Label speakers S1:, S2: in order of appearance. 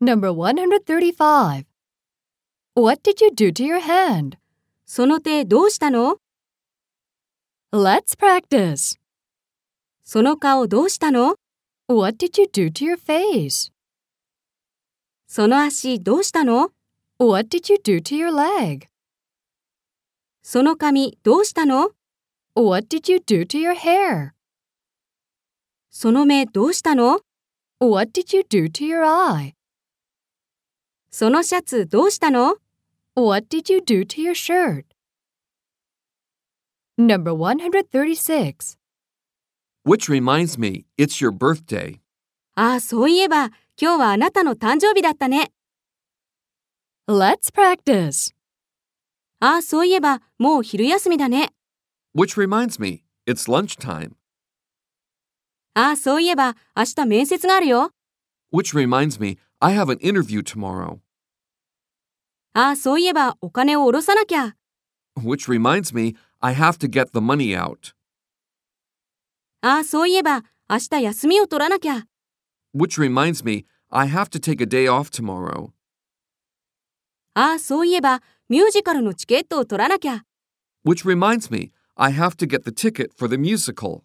S1: Number 135. What did you do to your hand?
S2: その手どうしたの
S1: Let's practice.
S2: その顔どうしたの
S1: What did you do to your face?
S2: その足どうしたの
S1: What did you do to your leg?
S2: その髪どうしたの
S1: What did you do to your hair?
S2: その目どうしたの
S1: What did you do to your eye?
S2: そのシャツどうしたの
S1: What did you do to your shirt? Number 136.
S3: Which reminds me, it's your birthday.
S2: ああ、そういえば今日はあなたの誕生日だったね。
S1: Let's practice.
S2: ああ、そういえばもう昼休みだね。
S3: Which reminds me, it's lunchtime.
S2: ああ、そういえば明日面接があるよ。
S3: Which reminds me, I have an interview tomorrow.
S2: ああ、そういえばお金を下ろさなきゃ。
S3: Which reminds me, I have to get the money out.
S2: ああ、そういえば明日休みを取らなきゃ。
S3: Which reminds me, I have to take a day off tomorrow.
S2: ああ、そういえばミュージカルのチケットを取らなきゃ。
S3: Which reminds me, I have to get the ticket for the musical.